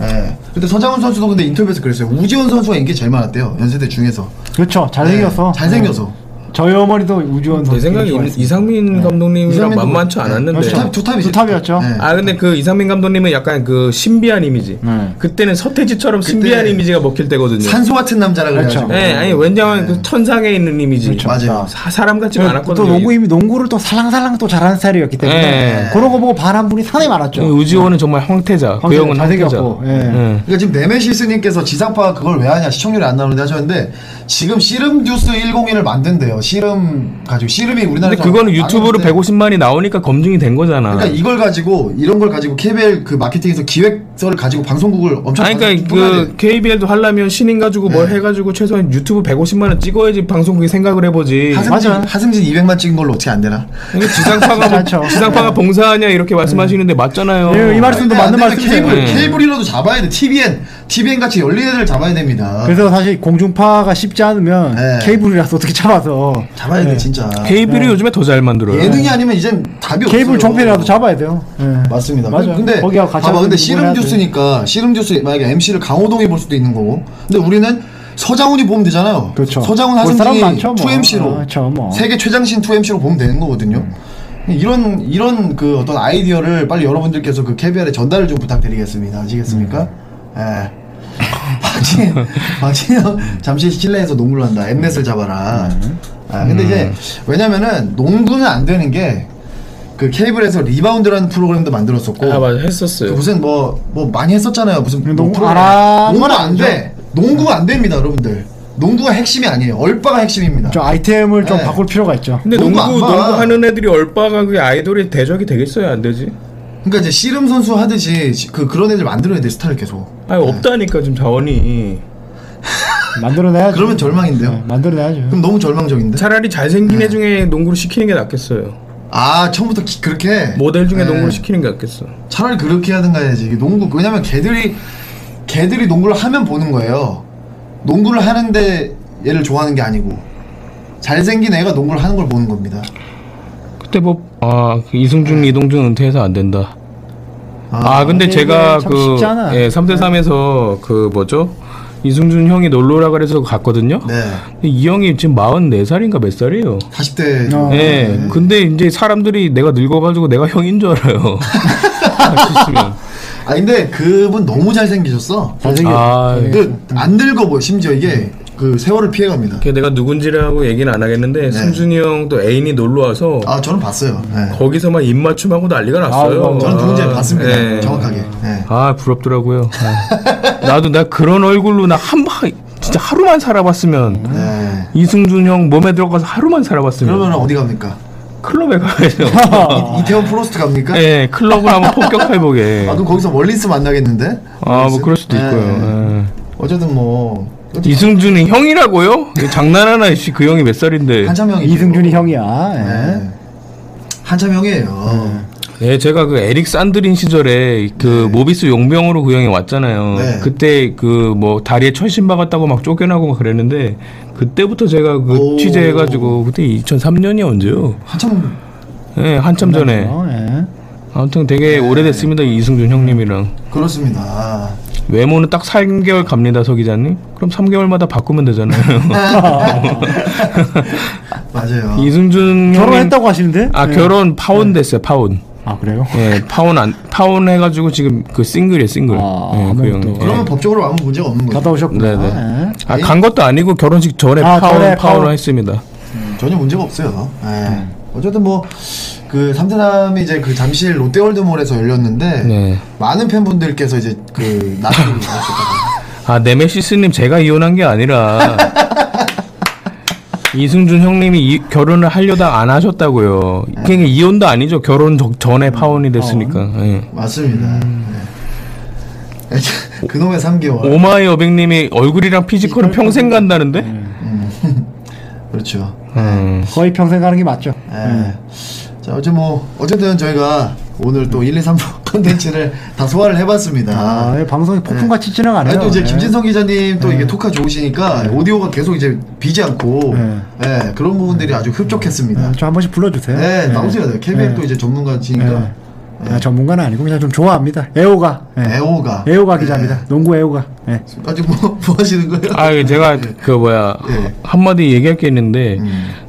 Speaker 2: 예. 근데 서장훈 선수도 근데 인터뷰에서 그랬어요. 우지원 선수가 인기 제일 많았대요. 연세대 중에서.
Speaker 4: 그렇죠. 잘생겨서.
Speaker 2: 네, 잘생겨서.
Speaker 3: 음.
Speaker 4: 네. 저희 어머니도 우주원
Speaker 2: 뭐
Speaker 3: 내 생각에 이- 이상민 감독님이랑
Speaker 2: 네. 이상민도
Speaker 3: 만만치
Speaker 2: 그렇고.
Speaker 3: 않았는데.
Speaker 2: 네. 두 탑이죠.
Speaker 4: 두 탑이었죠.
Speaker 2: 네.
Speaker 3: 아 근데 그 이상민 감독님은 약간 그 신비한 이미지.
Speaker 4: 네.
Speaker 3: 그때는 서태지처럼 신비한 이미지가 먹힐 때거든요.
Speaker 2: 산소 같은 남자라
Speaker 4: 그렇죠.
Speaker 2: 그래가지고.
Speaker 3: 네, 아니 왠장한 그 천상에 있는 이미지.
Speaker 2: 맞아요.
Speaker 3: 사람 같지
Speaker 4: 또
Speaker 2: 네.
Speaker 3: 않았거든요.
Speaker 4: 농구 이미 농구를 또 살랑살랑 또 잘하는 스타일이었기 때문에
Speaker 3: 예.
Speaker 4: 그런 거 보고 반한 분이 상당히
Speaker 3: 그
Speaker 4: 많았죠.
Speaker 3: 우지호는 정말 황태자. 그
Speaker 4: 네. 황태자,
Speaker 3: 형은 황태자.
Speaker 4: 잘생겼고, 예.
Speaker 3: 예.
Speaker 2: 그러니까 지금 네메시스님께서 지상파 그걸 왜 하냐 시청률이 안 나오는데 하셨는데 지금 씨름 뉴스 101을 만든대요 씨름 가지고 씨름이
Speaker 3: 근데
Speaker 2: 우리나라에서
Speaker 3: 그거는
Speaker 2: 안
Speaker 3: 유튜브로
Speaker 2: 하는데
Speaker 3: 150만이 나오니까 검증이 된 거잖아.
Speaker 2: 그러니까 이걸 가지고 이런 걸 가지고 KBL 그 마케팅에서 기획서를 가지고 방송국을 엄청
Speaker 3: 아니, 그러니까 그 KBL도 하려면 신인 가지고 뭘 해가지고 최소한 유튜브 150만 원 찍어야지 방송국이 생각을 해보지.
Speaker 2: 하승진,
Speaker 4: 예, 맞아.
Speaker 2: 하승진 200만 찍은 걸로 어떻게 안 되나?
Speaker 3: 이게 지상파가 뭐-
Speaker 4: 그렇죠.
Speaker 3: 지상파가 봉사하냐 이렇게 말씀하시는데 맞잖아요.
Speaker 4: 예, 이 말씀- 근데
Speaker 2: 안
Speaker 4: 맞는
Speaker 2: 되면
Speaker 4: 말씀이세요.
Speaker 2: 그러니까 케이블
Speaker 4: 예.
Speaker 3: 네.
Speaker 2: 케이블이라도 잡아야 돼. TVN TVN 같이 열린 애들 잡아야 됩니다.
Speaker 4: 그래서 사실 공중파가 쉽지 않으면
Speaker 2: 예.
Speaker 4: 케이블이라서 어떻게 잡아서
Speaker 2: 잡아야
Speaker 4: 예.
Speaker 2: 돼 진짜.
Speaker 3: KBL이 요즘에 더 잘 만들어요.
Speaker 2: 예능이 아니면 이젠 답이 없어요.
Speaker 4: 네. 케이블 종편이라도 잡아야 돼요. 예.
Speaker 2: 맞습니다.
Speaker 4: 맞아요.
Speaker 2: 근데
Speaker 4: 거기하고 같이
Speaker 2: 봐봐,
Speaker 4: 하는
Speaker 2: 근데
Speaker 4: 부분을 해야 네.
Speaker 2: 씨름
Speaker 4: 돼.
Speaker 2: 뉴스니까 씨름 뉴스 만약에 MC를 강호동이 볼 수도 있는 거고. 근데 우리는 서장훈이 보면 되잖아요.
Speaker 4: 그렇죠.
Speaker 2: 서장훈
Speaker 4: 볼 사람
Speaker 2: 하승진이
Speaker 4: 많죠, 뭐.
Speaker 2: 2MC로
Speaker 4: 그렇죠, 뭐. 음.
Speaker 2: 세계 최장신 2MC로 보면 되는 거거든요. 이런 이런 그 어떤 아이디어를 빨리 여러분들께서 그 KBR에 전달을 좀 부탁드리겠습니다. 아시겠습니까?
Speaker 4: 음.
Speaker 2: 예. 박진,
Speaker 3: [LAUGHS]
Speaker 2: 박진영 잠시 실내에서 농구를 한다. 엠넷을 잡아라. 아, 근데
Speaker 3: 음.
Speaker 2: 이제 왜냐면은 농구는 안 되는 게 그 케이블에서 리바운드라는 프로그램도 만들었었고
Speaker 3: 아 맞아 했었어요.
Speaker 2: 무슨 뭐 뭐 많이 했었잖아요. 무슨
Speaker 4: 농구
Speaker 2: 프로그램.
Speaker 4: 알아.
Speaker 2: 농구는 안 돼. 농구가 안 됩니다, 여러분들. 농구가 핵심이 아니에요. 얼빠가 핵심입니다.
Speaker 4: 좀 아이템을 좀
Speaker 2: 예.
Speaker 4: 바꿀 필요가 있죠.
Speaker 3: 근데
Speaker 2: 농구
Speaker 3: 농구
Speaker 2: 안 봐.
Speaker 3: 농구 하는 애들이 얼빠가 그게 아이돌의 대적이 되겠어요 안 되지?
Speaker 2: 그러니까 이제 씨름 선수 하듯이 시- 그 그런 애들 만들어야 돼 스타를 계속.
Speaker 3: 아니 없다니까 지금 자원이.
Speaker 4: 만들어내야죠.
Speaker 2: 그러면 절망인데요.
Speaker 3: 음.
Speaker 4: 예, 만들어내야죠.
Speaker 2: 그럼 너무 절망적인데.
Speaker 3: 차라리 잘생긴 애 중에 농구를 시키는 게 낫겠어요.
Speaker 2: 아 처음부터 기- 그렇게
Speaker 3: 모델 중에
Speaker 2: 예.
Speaker 3: 농구를 시키는 게 낫겠어.
Speaker 2: 차라리 그렇게 하든가 해야지. 이게 농구 왜냐면 걔들이 걔들이 농구를 하면 보는 거예요. 농구를 하는데 얘를 좋아하는 게 아니고 잘생긴 애가 농구를 하는 걸 보는 겁니다.
Speaker 3: 그때 뭐아
Speaker 2: 네.
Speaker 3: 이승준 이동준 은퇴해서 안 된다. 아, 근데
Speaker 4: 근데
Speaker 2: 네,
Speaker 3: 제가
Speaker 4: 이게 참
Speaker 3: 그
Speaker 4: 쉽지 않아.
Speaker 3: 예, 3대 3에서 그 뭐죠? 이승준 형이 놀러 오라 그래서 갔거든요.
Speaker 2: 네.
Speaker 3: 근데 이 형이 지금 44살인가 몇 살이에요?
Speaker 2: 40대
Speaker 4: 어.
Speaker 3: 예.
Speaker 2: 네.
Speaker 3: 근데 이제 사람들이 내가 늙어가지고 내가 형인 줄
Speaker 2: [LAUGHS]
Speaker 3: 알아요. 아쉽지만.
Speaker 2: 아 근데 그분 너무 잘생기셨어.
Speaker 4: 잘생겨.
Speaker 3: 아,
Speaker 2: 그 안 늙어 보여. 심지어 이게 그 세월을 피해갑니다.
Speaker 3: 그 내가 누군지라고 얘기는 안 하겠는데 승준이 형 또 애인이 놀러 와서
Speaker 2: 네. 아 저는 봤어요. 네.
Speaker 3: 거기서 막 입맞춤하고 난리가 났어요.
Speaker 4: 아우,
Speaker 2: 저는 누군지
Speaker 3: 아,
Speaker 2: 봤습니다.
Speaker 3: 예.
Speaker 2: 정확하게. 네.
Speaker 3: 아 부럽더라고요. 아. 나도 나 그런 얼굴로 나 한 진짜 하루만 살아봤으면
Speaker 2: 네.
Speaker 3: 이승준 형 몸에 들어가서 하루만 살아봤으면
Speaker 2: 그러면 어디 갑니까?
Speaker 3: 클럽에 가야죠.
Speaker 2: 이, 이태원 프로스트 갑니까?
Speaker 3: 예, 클럽을 한번 폭격해보게.
Speaker 2: 아 그럼 거기서 월린스 만나겠는데?
Speaker 3: 아, 뭐
Speaker 2: 월린스?
Speaker 3: 그럴 수도
Speaker 2: 네.
Speaker 3: 있고요. 예.
Speaker 2: 어쨌든 뭐 어쨌든
Speaker 3: 이승준이 형이라고요? 이거 장난하나 이씨 그 형이 몇 살인데?
Speaker 2: 한참 형이
Speaker 4: 이승준이 형이야. 예.
Speaker 2: 네. 한참
Speaker 4: 네.
Speaker 2: 형이에요.
Speaker 3: 예, 제가 그 에릭 산드린 시절에 그 모비스 용병으로 그 형이 왔잖아요.
Speaker 2: 네.
Speaker 3: 그때 그 뭐 다리에 철심 박았다고 막 쫓겨나고 막 그랬는데 그때부터 제가 그
Speaker 2: 오.
Speaker 3: 취재해가지고 그때 2003년이 언제요?
Speaker 2: 한참
Speaker 3: 예, 한참 전에.
Speaker 4: 어, 예.
Speaker 3: 아무튼
Speaker 4: 네.
Speaker 3: 되게 오래됐습니다 이승준
Speaker 4: 음.
Speaker 3: 형님이랑.
Speaker 2: 그렇습니다.
Speaker 3: 외모는 딱 3개월 갑니다, 서 기자님. 그럼 3개월마다 바꾸면 되잖아요.
Speaker 2: 맞아요.
Speaker 3: [LAUGHS] [LAUGHS] 이승준 형님
Speaker 4: 네. 결혼했다고 하시는데?
Speaker 3: 아
Speaker 4: 예.
Speaker 3: 결혼 파혼 됐어요 파혼
Speaker 4: 아 그래요?
Speaker 3: 예 파혼 안 파혼 해가지고 지금 그 싱글이에요 싱글
Speaker 4: 아,
Speaker 3: 예, 그
Speaker 4: 그러면 또.
Speaker 3: 형이
Speaker 2: 그러면 법적으로 아무 문제가 없는 거죠.
Speaker 4: 갔다 오셨구나.
Speaker 3: 네네.
Speaker 4: 예.
Speaker 3: 아 간 것도 아니고 결혼식 전에
Speaker 4: 아,
Speaker 3: 파혼
Speaker 4: 전에
Speaker 3: 파혼을
Speaker 4: 파혼.
Speaker 3: 했습니다
Speaker 2: 네, 전혀 문제가 없어요. 예.
Speaker 3: 네.
Speaker 2: 어쨌든 뭐 그 삼대남이 이제 그 잠실 롯데월드몰에서 열렸는데
Speaker 3: 네.
Speaker 2: 많은 팬분들께서 이제 그 나비를 받으셨다고.
Speaker 3: 아 네메시스님 제가 이혼한 게 [LAUGHS] 아니라 이승준 형님이 이- 결혼을 하려다 안 하셨다고요 그러니까 이혼도 아니죠 결혼 적- 전에 파혼이 됐으니까 예.
Speaker 2: 맞습니다.
Speaker 3: 음.
Speaker 2: 예. [LAUGHS] 그놈의
Speaker 3: 어.
Speaker 2: 3개월.
Speaker 3: 오마이 어백님이 얼굴이랑 피지컬은 평생 간다는데
Speaker 2: 그렇죠.
Speaker 3: 음.
Speaker 4: 거의 평생 가는 게 맞죠.
Speaker 2: 예.
Speaker 4: 네.
Speaker 2: 자, 어제 뭐 어쨌든 저희가 오늘 또 1, 2, [LAUGHS] 3 컨텐츠를 다 소화를 해봤습니다.
Speaker 4: 아, 이 방송이 폭풍같이 지나가네요.
Speaker 2: 아니 또 이제
Speaker 4: 네.
Speaker 2: 김진성 기자님 또 이게 토카 좋으시니까 오디오가 계속 이제 비지 않고 예, 그런 부분들이 아주 흡족했습니다.
Speaker 4: 네, 저한 번씩 불러주세요.
Speaker 2: 네, 나오셔야 돼요. KBM
Speaker 4: 네.
Speaker 2: 또 이제 전문가시니까
Speaker 4: 네. 아, 전문가는 아니고 그냥 좀 좋아합니다. 애호가. 네.
Speaker 2: 애호가
Speaker 4: 애호가 기자입니다. 농구 애호가. 네.
Speaker 2: 아직 뭐, [LAUGHS] 뭐 하시는 거예요?
Speaker 3: 아, 이게 제가 그 뭐야
Speaker 2: 네.
Speaker 3: 한마디 얘기할 게 있는데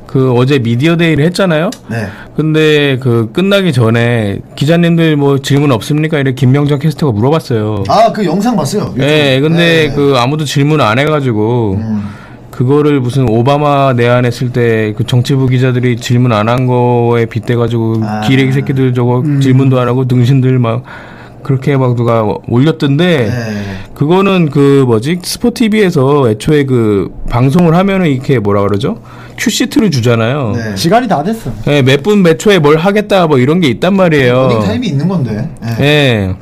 Speaker 3: 그 어제 미디어 데이를 했잖아요.
Speaker 2: 네.
Speaker 3: 근데 그 끝나기 전에 기자님들 뭐 질문 없습니까? 이렇게 김명정 캐스터가 물어봤어요.
Speaker 2: 아 그 영상 봤어요. 유튜브.
Speaker 3: 예, 근데
Speaker 2: 네.
Speaker 3: 그 아무도 질문 안 해가지고
Speaker 2: 음.
Speaker 3: 그거를 무슨 오바마 내한했을 때 그 정치부 기자들이 질문 안 한 거에 빗대가지고
Speaker 2: 아.
Speaker 3: 기레기 새끼들 저거 질문도 안 하고 등신들 막 그렇게 막 누가 올렸던데
Speaker 2: 네.
Speaker 3: 그거는 그 뭐지 스포티비에서 애초에 그 방송을 하면은 이렇게 뭐라 그러죠 큐시트를 주잖아요.
Speaker 2: 네.
Speaker 4: 시간이 다 됐어.
Speaker 3: 예, 몇 분 몇 초에 뭘 하겠다 뭐 이런 게 있단 말이에요.
Speaker 2: 어닝 타임이 있는 건데. 네.
Speaker 3: 예.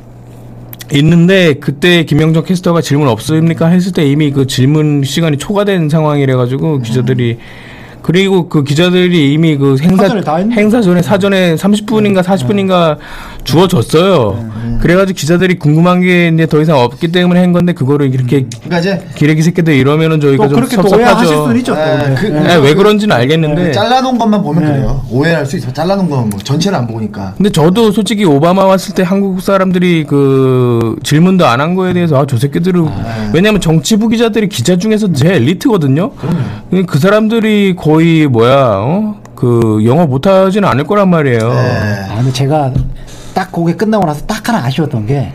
Speaker 3: 있는데 그때 김영정 캐스터가 질문 없습니까 했을 때 이미 그 질문 시간이 초과된 상황이래 가지고 기자들이 그리고 그 기자들이 이미 그 행사
Speaker 4: 사전에 다 네. 했네.
Speaker 3: 행사 전에 사전에 30분인가 40분인가 주어졌어요.
Speaker 4: 네,
Speaker 3: 그래가지고 기자들이 궁금한 게 이제 더 이상 없기 때문에 한 건데 그거를 이렇게
Speaker 2: 그러니까 이제
Speaker 3: 기레기 새끼들 이러면은 저희가
Speaker 4: 음. 또
Speaker 3: 좀
Speaker 4: 그렇게 또 오해하실
Speaker 3: 섭섭하죠.
Speaker 4: 수는 있죠. 네, 또.
Speaker 2: 예, 그-
Speaker 4: 네.
Speaker 3: 예, 왜 그런지는 알겠는데
Speaker 2: 잘라놓은 것만 보면 그래요. 오해할 수 있어. 잘라놓은 것만 보면 전체를 안 보니까.
Speaker 3: 근데 저도 솔직히 오바마 왔을 때 한국 사람들이 그 질문도 안 한 거에 대해서 아 저 새끼들은 왜냐면 정치부 기자들이 기자 중에서 제일 엘리트거든요. 근데 그 사람들이 거의 뭐야 어? 그 영어 못하지는 않을 거란 말이에요.
Speaker 2: 예.
Speaker 4: 아, 근데 제가 딱 그게 끝나고 나서 딱 하나 아쉬웠던 게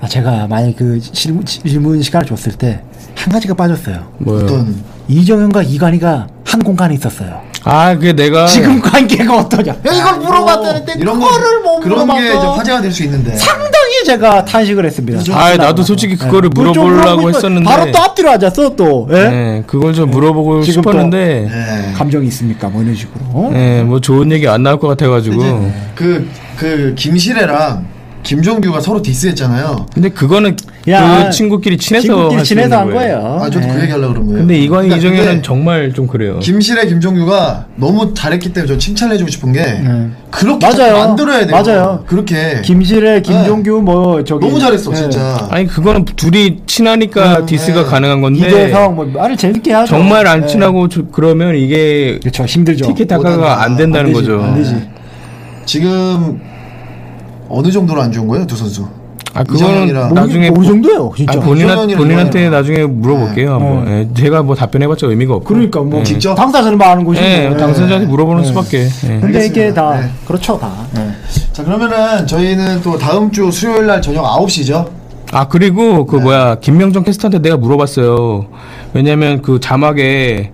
Speaker 4: 아, 제가 만약 그 질문, 질문 시간을 줬을 때 한 가지가 빠졌어요.
Speaker 3: 뭐요?
Speaker 2: 어떤
Speaker 4: 이정현과 이관희가 한 공간에 있었어요.
Speaker 3: 아 그게 내가
Speaker 4: 지금 관계가 어떠냐? 야, 이걸 물어봤다는데
Speaker 2: 예. 이런
Speaker 4: 그거를 못
Speaker 2: 거 그런
Speaker 4: 물어봐서
Speaker 2: 게 이제 화제가 될 수 있는데.
Speaker 4: 상당히 제가 탄식을 했습니다.
Speaker 3: 아 나도 솔직히 그거를
Speaker 4: 그걸 좀
Speaker 3: 물어보려고
Speaker 4: 물어보니까
Speaker 3: 했었는데
Speaker 4: 바로 또 앞뒤로 하자서 또 예?
Speaker 3: 예, 그걸 좀 물어보고
Speaker 4: 네. 지금 또-
Speaker 3: 싶었는데
Speaker 2: 예.
Speaker 4: 감정이 있습니까? 뭐 이런 식으로. 어?
Speaker 3: 예, 뭐 좋은 얘기 안 나올 것 같아가지고
Speaker 2: 이제 그, 그, 김시래랑 김종규가 서로 디스했잖아요.
Speaker 3: 근데 그거는
Speaker 4: 야, 아,
Speaker 3: 그 친구끼리 친해서
Speaker 4: 친구끼리
Speaker 3: 할수 있는
Speaker 4: 친해서 한 거예요.
Speaker 2: 아, 저도 그
Speaker 4: 예.
Speaker 2: 얘기 하려고 그런 거예요.
Speaker 3: 근데 이관희
Speaker 2: 그러니까
Speaker 3: 이정현은
Speaker 2: 근데
Speaker 3: 정말 좀 그래요.
Speaker 2: 김시래, 김종규가 너무 잘했기 때문에 저 칭찬해주고 싶은 게,
Speaker 4: 네.
Speaker 2: 그렇게
Speaker 4: 맞아요.
Speaker 2: 만들어야 돼요.
Speaker 4: 맞아요.
Speaker 2: 그렇게.
Speaker 4: 김실의 김종규 뭐 저기
Speaker 2: 네. 너무 잘했어,
Speaker 4: 예.
Speaker 2: 진짜.
Speaker 3: 아니 그거는 둘이 친하니까 디스가
Speaker 2: 네.
Speaker 3: 가능한 건데
Speaker 4: 음, 이대성 뭐 말을 재밌게 하죠.
Speaker 3: 정말 안
Speaker 4: 예.
Speaker 3: 친하고 저- 그러면 이게
Speaker 4: 그렇죠. 힘들죠.
Speaker 3: 티키타카가 안
Speaker 2: 안
Speaker 3: 된다는
Speaker 4: 안 되지,
Speaker 3: 거죠. 네.
Speaker 4: 안 되지.
Speaker 2: 지금, 어느 정도로 안 좋은 거예요, 두 선수?
Speaker 3: 아 그거는
Speaker 2: 이정현이랑-
Speaker 3: 나중에
Speaker 4: 어느
Speaker 3: 보-
Speaker 4: 정도예요, 진짜.
Speaker 3: 아, 본인한,
Speaker 2: 이정현이랑
Speaker 3: 본인한테
Speaker 2: 이정현이랑.
Speaker 3: 나중에 물어볼게요. 한번. 예, 제가 뭐 답변해봤자 의미가 없고.
Speaker 4: 네. 그러니까 뭐
Speaker 2: 음. 직접?
Speaker 4: 당사자는 말하는 곳이
Speaker 3: 예, 당사자한테 물어보는
Speaker 4: 예.
Speaker 3: 수밖에. 예.
Speaker 4: 근데 이게
Speaker 2: 알겠습니다.
Speaker 4: 다
Speaker 2: 네.
Speaker 4: 그렇죠 다.
Speaker 2: 자, 그러면은 저희는 또 다음 주 수요일 날 저녁 9시죠?
Speaker 3: 아 그리고
Speaker 2: 네.
Speaker 3: 그 뭐야 김명정 캐스터한테 내가 물어봤어요. 왜냐면 그 자막에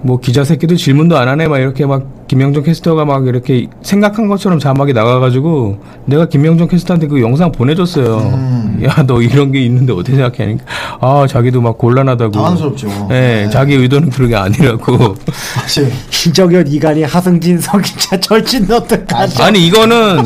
Speaker 3: 뭐 기자 새끼들 질문도 안 하네 막 이렇게 막 김명정 캐스터가 막 이렇게 생각한 것처럼 자막이 나가가지고 내가 김명정 캐스터한테 그 영상 보내줬어요.
Speaker 2: 음.
Speaker 3: 야 너 이런 게 있는데 어떻게 생각해? 아 자기도 막 곤란하다고.
Speaker 2: 당황스럽죠. 네.
Speaker 3: 예, 자기 의도는 그런 게 아니라고.
Speaker 2: 사실.
Speaker 4: 이정현, 이간희, 하승진, 성기차, 절친 어떡하지?
Speaker 3: 아니 이거는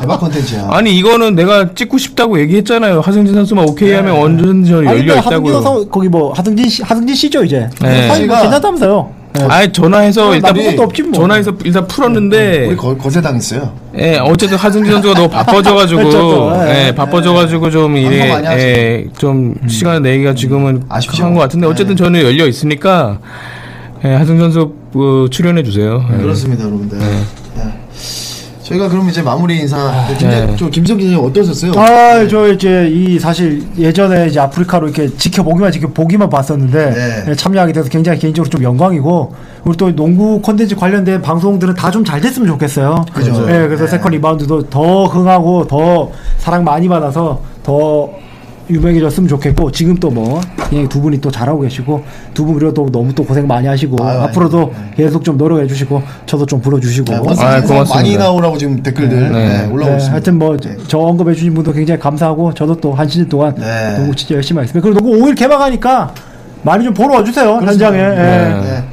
Speaker 2: 대박 컨텐츠야.
Speaker 3: 아니 이거는 내가 찍고 싶다고 얘기했잖아요. 하승진 선수만 오케이
Speaker 2: 네.
Speaker 3: 하면 언제든지
Speaker 4: 아니
Speaker 3: 열려
Speaker 4: 또 하승진
Speaker 3: 있다고요.
Speaker 4: 선 거기 뭐 하승진 씨 하승진 씨죠 이제.
Speaker 3: 네.
Speaker 4: 사실 뭐 괜찮다면서요. 네.
Speaker 3: 아니 전화해서 일단
Speaker 4: 나쁜 것도 없지 뭐.
Speaker 3: 전화해서 일단
Speaker 2: 네. 우리
Speaker 3: 풀었는데
Speaker 2: 거, 거세당했어요.
Speaker 3: 예 어쨌든 하승진 선수가
Speaker 2: [LAUGHS]
Speaker 3: 너무 바빠져가지고
Speaker 4: 그렇죠, 또. 예,
Speaker 3: 예 바빠져가지고 좀 이래
Speaker 2: 방송 네. 많이 하시네. 음.
Speaker 3: 예, 좀 시간 내기가 지금은
Speaker 2: 아쉽죠. 네.
Speaker 3: 아쉽한 것 같은데 어쨌든 저는 열려 있으니까 예, 하승진 선수 어, 출연해 주세요. 예.
Speaker 2: 그렇습니다, 여러분들. 네. 저희가 그럼 이제 마무리 인사. 근데
Speaker 3: 네.
Speaker 2: 좀 김성 기자님 어떠셨어요? 네.
Speaker 4: 아, 저 이제 이 사실 예전에 이제 아프리카로 이렇게 지켜보기만 지켜보기만 봤었는데
Speaker 2: 네.
Speaker 4: 참여하게 돼서 굉장히 개인적으로 좀 영광이고 우리 또 농구 콘텐츠 관련된 방송들은 다 좀 잘 됐으면 좋겠어요.
Speaker 2: 그죠.
Speaker 4: 예, 그래서
Speaker 2: 네.
Speaker 4: 세컨 리바운드도 더 흥하고 더 사랑 많이 받아서 더 유명해졌으면 좋겠고 지금 또뭐두 분이 또 잘하고 계시고 두 분 그리고 또 너무 또 고생 많이 하시고
Speaker 2: 아유, 아유,
Speaker 4: 앞으로도 계속 좀 노력해 주시고 저도 좀 불어주시고
Speaker 2: 네,
Speaker 3: 아,
Speaker 2: 원스타에서
Speaker 3: 고맙습니다.
Speaker 2: 많이 나오라고 지금 댓글들
Speaker 3: 네.
Speaker 2: 네, 올라오고
Speaker 4: 네,
Speaker 2: 있습니다.
Speaker 4: 하여튼 뭐
Speaker 2: 네.
Speaker 4: 저 언급해 주신 분도 굉장히 감사하고 저도 또 한 시즌 동안
Speaker 2: 네.
Speaker 4: 농구 진짜 열심히 하겠습니다. 그리고 농구 5일 개막하니까 많이 좀 보러 와주세요 현장에. 예.
Speaker 2: 네.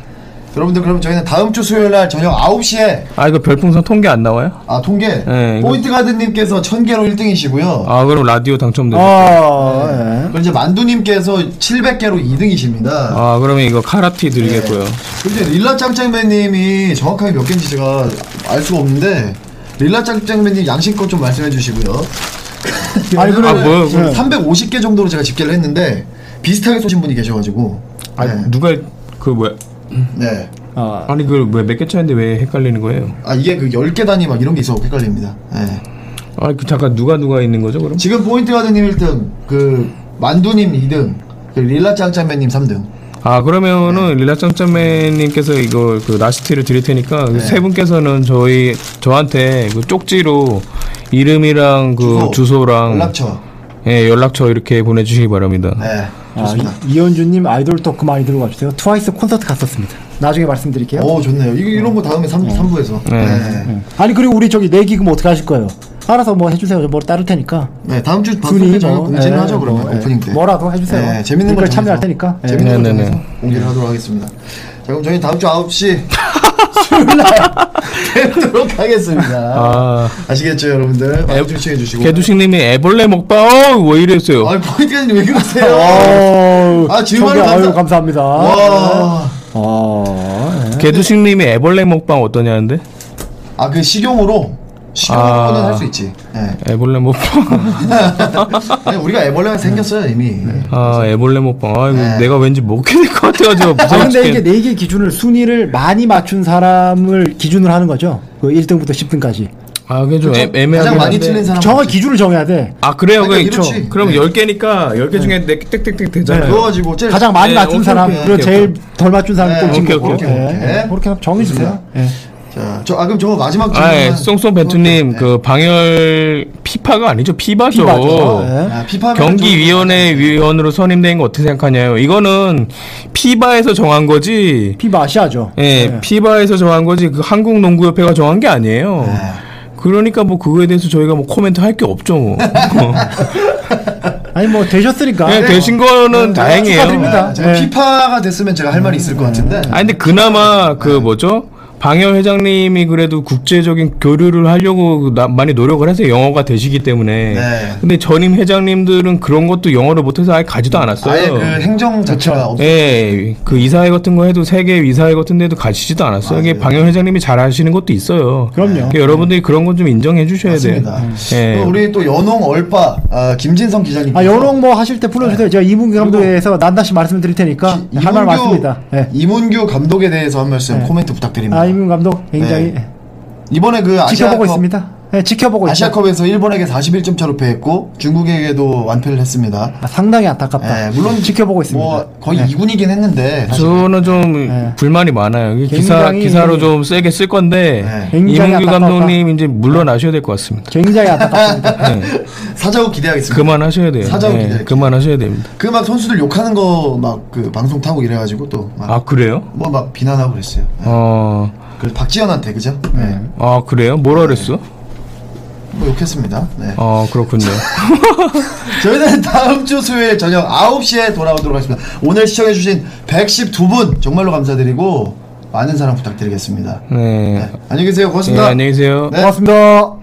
Speaker 2: 여러분들 그럼 저희는 다음 주 수요일 날 저녁 9시에
Speaker 3: 아 이거 별풍선 통계 안 나와요?
Speaker 2: 아 통계
Speaker 3: 네, 이거-
Speaker 2: 포인트 가드님께서 1000개로 1등이시고요. 네.
Speaker 3: 아 그럼 라디오 당첨되죠.
Speaker 4: 아, 예.
Speaker 2: 그리고 이제 만두님께서 700개로 2등이십니다.
Speaker 3: 아 그러면 이거
Speaker 2: 네.
Speaker 3: 카라티 드리겠고요.
Speaker 2: 근데 릴라 짱짱맨님이 정확하게 몇 개인지 제가 알 수가 없는데 릴라 짱짱맨님 양심껏 좀 말씀해 주시고요.
Speaker 4: 예. 아니, 그래.
Speaker 3: 아, 뭐요?
Speaker 4: 그래.
Speaker 2: 350개 정도로 제가 집계를 했는데 비슷하게 쏘신 분이 계셔가지고
Speaker 3: 아
Speaker 2: 네.
Speaker 3: 누가 그 뭐야?
Speaker 2: 네.
Speaker 4: 아,
Speaker 3: 아니 그몇개 차인데 왜 헷갈리는 거예요?
Speaker 2: 아 이게 그 10개 단위 막 이런 게 있어 헷갈립니다. 네.
Speaker 3: 아니 그 잠깐 누가 누가 있는 거죠 그럼?
Speaker 2: 지금 포인트 가드님 1등, 그 만두님 2등, 그 릴라 짱짱맨님 3등.
Speaker 3: 아
Speaker 2: 네.
Speaker 3: 그러면은 릴라짱짱맨님께서 이거 그 나시티를 드릴 테니까
Speaker 2: 네.
Speaker 3: 그세 분께서는 저희 저한테 그 쪽지로 이름이랑 그 주소, 랑
Speaker 2: 연락처.
Speaker 3: 예 연락처 이렇게 보내주시기 바랍니다.
Speaker 2: 네.
Speaker 4: 아,
Speaker 2: 좋습니다.
Speaker 4: 이- 이현주님 아이돌 토크 많이 들고 가주세요. 트와이스 콘서트 갔었습니다. 나중에 말씀드릴게요.
Speaker 2: 오 좋네요. 이, 이런 거 다음에 3, 부에서
Speaker 3: 네.
Speaker 2: 네.
Speaker 4: 아니 그리고 우리 저기 내기 그럼 어떻게 하실 거예요? 알아서 뭐 해주세요. 뭐 따를 테니까.
Speaker 2: 네, 다음 주 방송
Speaker 4: 둘이
Speaker 2: 때 저희가
Speaker 4: 뭐,
Speaker 2: 공지를
Speaker 4: 예,
Speaker 2: 하죠 그러면
Speaker 4: 뭐, 예.
Speaker 2: 오프닝 때.
Speaker 4: 뭐라도 해주세요.
Speaker 2: 네, 재밌는 걸
Speaker 4: 댓글 참여할 테니까. 예.
Speaker 2: 재밌는 걸
Speaker 3: 네네네.
Speaker 2: 정해서 공개를 하도록 하겠습니다. 자 그럼 저희 다음 주
Speaker 4: [LAUGHS]
Speaker 2: 9시 수요일 날 뵙도록 하겠습니다.
Speaker 3: 아
Speaker 2: 아. 시겠죠 여러분들? 많이 시청해 주시고.
Speaker 3: 개두식님이 애벌레 먹방 어왜 이랬어요?
Speaker 2: 아 포인트가님 왜 그러세요?
Speaker 4: 어우,
Speaker 2: 아, 정말로
Speaker 4: 저기, 아유,
Speaker 2: 감사-
Speaker 4: 감사합니다.
Speaker 2: 와.
Speaker 4: 아, 네. 어,
Speaker 2: 네.
Speaker 4: 예.
Speaker 3: 개두식님이 애벌레 먹방 어떠냐는데?
Speaker 2: 아 그 식용으로 식용으로는
Speaker 3: 아.
Speaker 2: 할 수 있지. 네.
Speaker 3: 애벌레 먹방.
Speaker 2: 아니, 우리가 애벌레가 생겼어요 이미.
Speaker 3: [LAUGHS]
Speaker 2: 예.
Speaker 3: 아 애벌레 먹방. 아 이거
Speaker 2: 네.
Speaker 3: 내가 왠지 먹게 될 것
Speaker 2: [LAUGHS]
Speaker 3: 같아가지고
Speaker 4: 아,
Speaker 3: 무서워
Speaker 4: 근데 이게
Speaker 3: 죽겠네.
Speaker 4: 네개 기준을 순위를 많이 맞춘 사람을 기준으로 하는 거죠. 그 1등부터 10등까지.
Speaker 3: 아 그게 좀 애, 애매하긴
Speaker 2: 가장 많이
Speaker 3: 한데.
Speaker 2: 틀린 사람.
Speaker 4: 정확 기준을 정해야 돼.
Speaker 3: 아 그래요 그
Speaker 2: 그러니까
Speaker 3: 렇죠
Speaker 2: 이렇지.
Speaker 3: 그럼
Speaker 2: 네.
Speaker 3: 10개니까 10개 중에 네. 땡땡땡 되잖아요
Speaker 2: 그래가지고 제일
Speaker 4: 가장 많이
Speaker 3: 네,
Speaker 4: 맞춘
Speaker 3: 오케이,
Speaker 4: 사람,
Speaker 3: 오케이,
Speaker 4: 그리고
Speaker 3: 오케이,
Speaker 4: 제일 덜 맞춘 사람
Speaker 2: 네,
Speaker 4: 꼴찌인
Speaker 3: 오케이,
Speaker 4: 거고.
Speaker 3: 오케이,
Speaker 2: 오케이,
Speaker 4: 예,
Speaker 2: 오케이.
Speaker 4: 예, 그렇게 한번 정해주세요. 예.
Speaker 2: 자저아 그럼 저거 마지막 네.
Speaker 3: 아, 예.
Speaker 2: 질문만-
Speaker 3: 쏭쏭 벤투님 그 방열 피파가 아니죠 피바죠.
Speaker 4: 피바죠. 예.
Speaker 2: 아, 피파
Speaker 3: 경기위원회 위원으로 선임된 거 어떻게 생각하냐요? 이거는 피바에서 정한 거지.
Speaker 4: 피바 아시아죠. 네.
Speaker 3: 예, 피바에서 정한 거지. 그 한국 농구 협회가 정한 게 아니에요. 그러니까 뭐 그거에 대해서 저희가 뭐 코멘트 할 게 없죠 뭐.
Speaker 4: 아니 뭐 되셨으니까.
Speaker 3: 그냥 네, 되신 거는 다행이에요.
Speaker 4: 축하드립니다.
Speaker 2: 아, 제가
Speaker 4: 네. 음.
Speaker 2: 피파가 됐으면 제가 할 말이 있을 것 같은데
Speaker 3: 아 근데 그나마 그 뭐죠? 방열 회장님이 그래도 국제적인 교류를 하려고 그 나- 많이 노력을 해서 영어가 되시기 때문에.
Speaker 2: 네.
Speaker 3: 근데 전임 회장님들은 그런 것도 영어를 못해서 아예 가지도 않았어요.
Speaker 2: 아예 그 행정 자체가
Speaker 4: 그렇죠. 네,
Speaker 2: 없
Speaker 3: 예, 그 이사회 같은 거 해도 세계 이사회 같은 데도 가시지도 않았어요. 이게 방영 회장님이 잘 하시는 것도 있어요.
Speaker 4: 그럼요.
Speaker 3: 그러니까 여러분들이 그런 건 좀 인정해 주셔야
Speaker 4: 네. 음.
Speaker 2: 맞습니다. 음.
Speaker 3: 돼요. 예.
Speaker 2: 또 우리 또 연홍 얼빠 아, 김진성 기자님
Speaker 4: 아, 연홍 뭐 하실 때 불러주세요.
Speaker 3: 네.
Speaker 4: 제가 이문규 감독에서 난다시 말씀드릴 테니까
Speaker 2: 이-
Speaker 4: 할 말
Speaker 2: 이문규-
Speaker 4: 많습니다. 예.
Speaker 2: 이문규 감독에 대해서 한 말씀 코멘트 부탁드립니다.
Speaker 4: 아, 이문규 감독 굉장히
Speaker 2: 네. 이번에 그
Speaker 4: 지켜보고
Speaker 2: 아시아컵
Speaker 4: 있습니다. 예, 지켜보고 있습니다.
Speaker 2: 아시아컵에서 그 일본에게 41점 차로 패했고 중국에게도 완패를 했습니다.
Speaker 4: 아, 상당히 안타깝다.
Speaker 2: 예, 물론
Speaker 4: 지켜보고 있습니다.
Speaker 2: 뭐 거의 2군이긴 했는데 사실
Speaker 3: 저는 좀
Speaker 4: 네.
Speaker 3: 불만이 많아요. 이게 기사
Speaker 4: 굉장히-
Speaker 3: 기사로 좀 세게 쓸 건데
Speaker 2: 네.
Speaker 4: 굉장히
Speaker 3: 이문규
Speaker 4: 안타깝다.
Speaker 3: 감독님 이제 물러나셔야 될 것 같습니다.
Speaker 4: 굉장히 안타깝습니다. 네,
Speaker 2: 사자고 기대하겠습니다.
Speaker 3: 그만하셔야 돼요. 네,
Speaker 2: 사정이 기다릴게요.
Speaker 3: 그만하셔야 됩니다.
Speaker 2: 그 막 선수들 욕하는 거 막 그 방송 타고 이래가지고
Speaker 3: 아 그래요?
Speaker 2: 또 뭐 막 비난하고 그랬어요.
Speaker 3: 어,
Speaker 2: 그래서 박지현한테 그죠? 네.
Speaker 3: 아 그래요? 뭐라 그랬어?
Speaker 2: 뭐 욕했습니다. 네.
Speaker 3: 어
Speaker 2: [LAUGHS]
Speaker 3: 그렇군요.
Speaker 2: 저희는 [LAUGHS] 다음 주 수요일 저녁 9시에 돌아오도록 하겠습니다. 오늘 시청해주신 112분 정말로 감사드리고 많은 사랑 부탁드리겠습니다.
Speaker 3: 네.
Speaker 2: 안녕히 계세요.
Speaker 3: 예,
Speaker 2: 고맙습니다.
Speaker 3: 안녕히 계세요.
Speaker 2: 네.
Speaker 4: 고맙습니다.
Speaker 2: [LAUGHS]